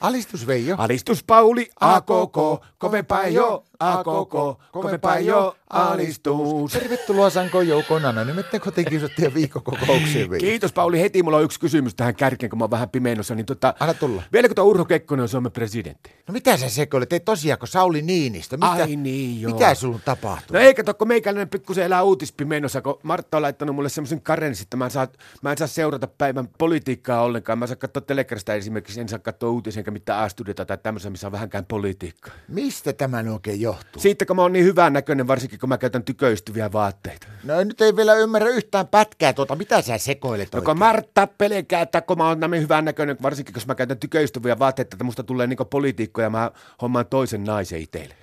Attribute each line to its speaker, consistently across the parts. Speaker 1: Alistus Veijo.
Speaker 2: Alistus Pauli,
Speaker 1: A koko, kovempaa jo, a koko, kovempaa jo, alistus. Tervetuloa Sanko Joukoon Anna Nymetten kotikiusottien viikkokokoukseen Veijo.
Speaker 2: Kiitos Pauli, heti mulla on yksi kysymys tähän kärkeen, kun mä oon vähän pimeenossa. Niin tota,
Speaker 1: Anna tulla.
Speaker 2: Vieläkö tuo Urho Kekkonen on Suomen presidentti?
Speaker 1: No mitä sä sekoilet? Ei tosiaanko Sauli Niinistö? Mitä,
Speaker 2: Ai niin, joo.
Speaker 1: Mitä sun tapahtuu?
Speaker 2: No ei kato, kun meikäläinen pikkusen elää uutispimeenossa, kun Martta on laittanut mulle semmoisen karenssin, että mä en, saa, mä en saa seurata päivän politiikkaa ollenkaan. Mä en saa katsoa telekarista esimerkiksi, en saa katsoa uutisia enkä mitään A-studiota tai tämmöistä, missä on vähänkään politiikkaa.
Speaker 1: Mistä tämä nyt oikein johtuu?
Speaker 2: Siitä kun mä oon niin hyvän näköinen, varsinkin kun mä käytän tyköystyviä vaatteita.
Speaker 1: No nyt ei vielä ymmärrä yhtään pätkää tuota. Mitä sä sekoilet
Speaker 2: No kun
Speaker 1: oikein?
Speaker 2: Martta pelkää, että kun mä oon näin hyvän näköinen, varsinkin kun mä käytän tyköystyviä vaatteita, että musta tulee niinku poliitikko ja mä hommaan toisen naisen itselle.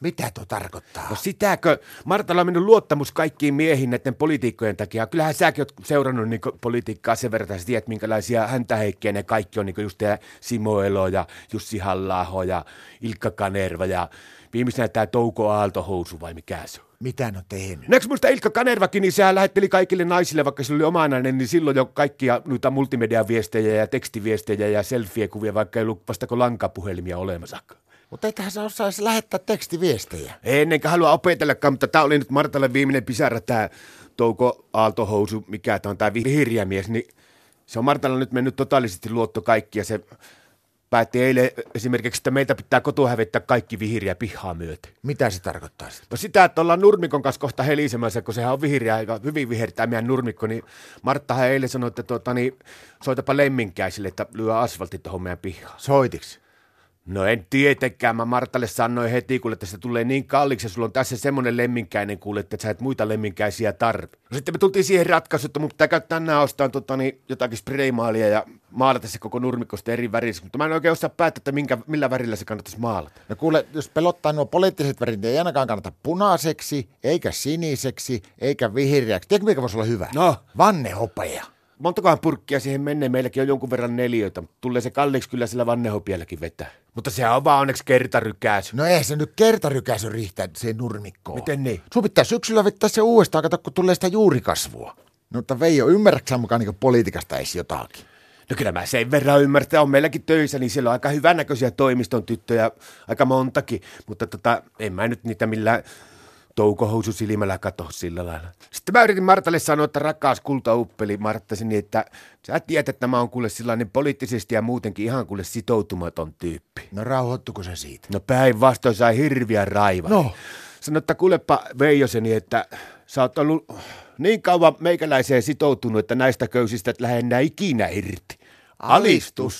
Speaker 1: Mitä tuo tarkoittaa?
Speaker 2: No sitäkö? Martalla on mennyt luottamus kaikkiin miehiin näiden poliitikkojen takia. Kyllähän säkin oot seurannut niin politiikkaa sen verran, että sä tiedät, minkälaisia häntä heikkiä ne kaikki on. Niin just tää Simo Elo ja Jussi halla ja Ilkka Kanerva ja viimeisenä tämä Touko Aaltohousu vai mikä se on?
Speaker 1: Mitä ne on tehnyt?
Speaker 2: Näks muista Ilkka Kanervakin, niin sehän lähetteli kaikille naisille, vaikka sillä oli oma nainen, niin silloin jo kaikkia noita multimediaviestejä ja tekstiviestejä ja selfie-kuvia, vaikka ei ollut vastako lankapuhelimia olemassakaan.
Speaker 1: Mutta eiköhän sä osaisi lähettää tekstiviestejä.
Speaker 2: Ei ennenkään halua opetellakaan, mutta tämä oli nyt Martalle viimeinen pisara, tämä Touko Aaltohousu, mikä tämä on, tämä vihriä mies, niin se on Martalla nyt mennyt totaalisesti luotto kaikki ja se päätti eilen esimerkiksi, että meiltä pitää kotua hävettää kaikki vihriä pihaa myöten.
Speaker 1: Mitä se tarkoittaa? sitten?
Speaker 2: No sitä, että ollaan nurmikon kanssa kohta helisemässä, kun sehän on vihreä, joka hyvin vihertää meidän nurmikko, niin Marttahan eilen sanoi, että tuota, niin, soitapa lemminkäisille, että lyö asfaltti tuohon meidän pihaan.
Speaker 1: Soitiks?
Speaker 2: No en tietenkään, mä Martalle sanoin heti, kuule, että se tulee niin kalliiksi, ja sulla on tässä semmoinen lemminkäinen, kuule, että sä et muita lemminkäisiä tarvi. No sitten me tultiin siihen ratkaisuun, että mun pitää käyttää tänään ostaa tota, niin, jotakin spraymaalia ja maalata se koko nurmikosta eri värissä, mutta mä en oikein osaa päättää, että minkä, millä värillä se kannattaisi maalata.
Speaker 1: No kuule, jos pelottaa nuo poliittiset värit, niin ei ainakaan kannata punaiseksi, eikä siniseksi, eikä vihreäksi. Tiedätkö, mikä voisi olla hyvä?
Speaker 2: No?
Speaker 1: Vannehopea.
Speaker 2: Montakohan purkkia siihen menee, meilläkin on jonkun verran neljöitä, mutta tulee se kalliiksi kyllä sillä vannehopielläkin vetää. Mutta sehän on vaan onneksi kertarykäys.
Speaker 1: No ei se nyt kertarykäisy riihtää siihen nurmikkoon.
Speaker 2: Miten niin?
Speaker 1: Sun pitää syksyllä vetää se uudestaan, kato kun tulee sitä juurikasvua. No mutta Veijo, ymmärrätkö sä mukaan niin politiikasta edes jotakin?
Speaker 2: No kyllä mä sen verran ymmärtää, on meilläkin töissä, niin siellä on aika hyvännäköisiä toimiston tyttöjä, aika montakin, mutta tota, en mä nyt niitä millään toukohousu silmällä kato sillä lailla. Sitten mä yritin Martalle sanoa, että rakas kultauppeli Marttasi, niin että sä tiedät, että mä oon kuule sellainen poliittisesti ja muutenkin ihan kuule sitoutumaton tyyppi.
Speaker 1: No rauhoittuko se siitä?
Speaker 2: No päinvastoin sai hirviä raiva.
Speaker 1: No.
Speaker 2: Sano, että kuulepa Veijoseni, että sä oot ollut niin kauan meikäläiseen sitoutunut, että näistä köysistä et lähde enää ikinä irti. Alistus.